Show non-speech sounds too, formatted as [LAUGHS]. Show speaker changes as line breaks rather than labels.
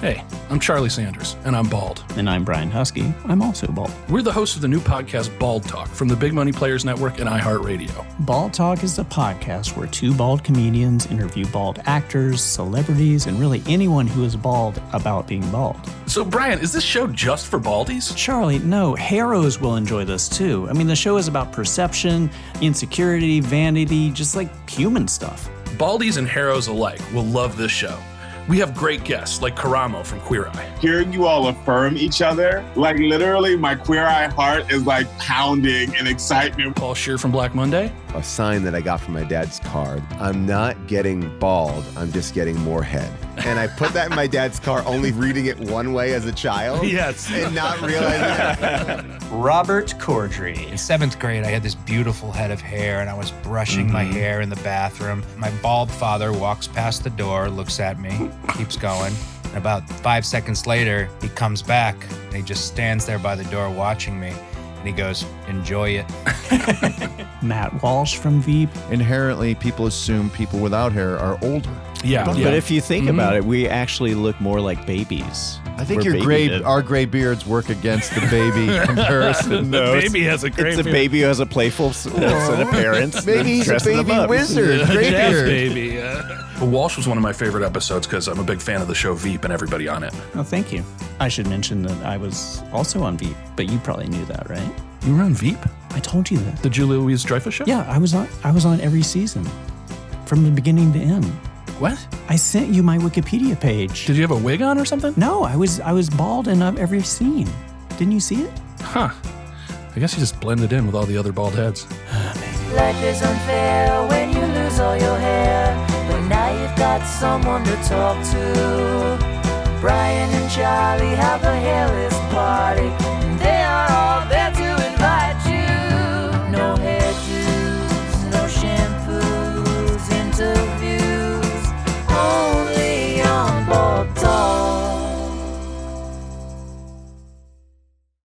Hey, I'm Charlie Sanders, and I'm bald.
And I'm Brian Husky. I'm also bald.
We're the hosts of the new podcast Bald Talk from the Big Money Players Network and iHeartRadio.
Bald Talk is the podcast where two bald comedians interview bald actors, celebrities, and really anyone who is bald about being bald.
So, Brian, is this show just for baldies?
Charlie, no, Harrows will enjoy this too. I mean, the show is about perception, insecurity, vanity, just like human stuff.
Baldies and Harrows alike will love this show. We have great guests like Karamo from Queer Eye.
Hearing you all affirm each other, like literally my Queer Eye heart is like pounding in excitement.
Paul Shear from Black Monday.
A sign that I got from my dad's car. I'm not getting bald, I'm just getting more head. And I put that in my dad's car, only reading it one way as a child.
Yes.
And not realizing
Robert Cordry.
In seventh grade, I had this beautiful head of hair, and I was brushing my hair in the bathroom. My bald father walks past the door, looks at me, keeps going. And about five seconds later, he comes back and he just stands there by the door watching me. And he goes, Enjoy it.
Matt Walsh from Veep.
Inherently, people assume people without hair are older.
Yeah.
But,
yeah. Mm-hmm.
if you think about it, we actually look more like babies.
I think
We're
your gray,
babyed.
our gray beards work against the baby
[LAUGHS]
comparison.
the baby has a great
it's a baby who has a playful s- that's an appearance.
Maybe he's a
dressing them
baby
up.
[LAUGHS]
wizard. Gray beard.
baby. But Walsh was one of my favorite episodes because I'm a big fan of the show Veep and everybody on it.
Oh, thank you. I should mention that I was also on Veep, but you probably knew that, right?
You were on Veep?
I told you that.
The Julia Louise Dreyfus show?
Yeah, I was on. I was on every season, from the beginning to end.
What?
I sent you my Wikipedia page.
Did you have a wig on or something?
no, I was I was bald in uh, every scene. Didn't you see it?
Huh. I guess you just blended in with all the other bald heads.
Life is unfair when you lose all your hair, but now you've got someone to talk to. Brian and Charlie have a hairless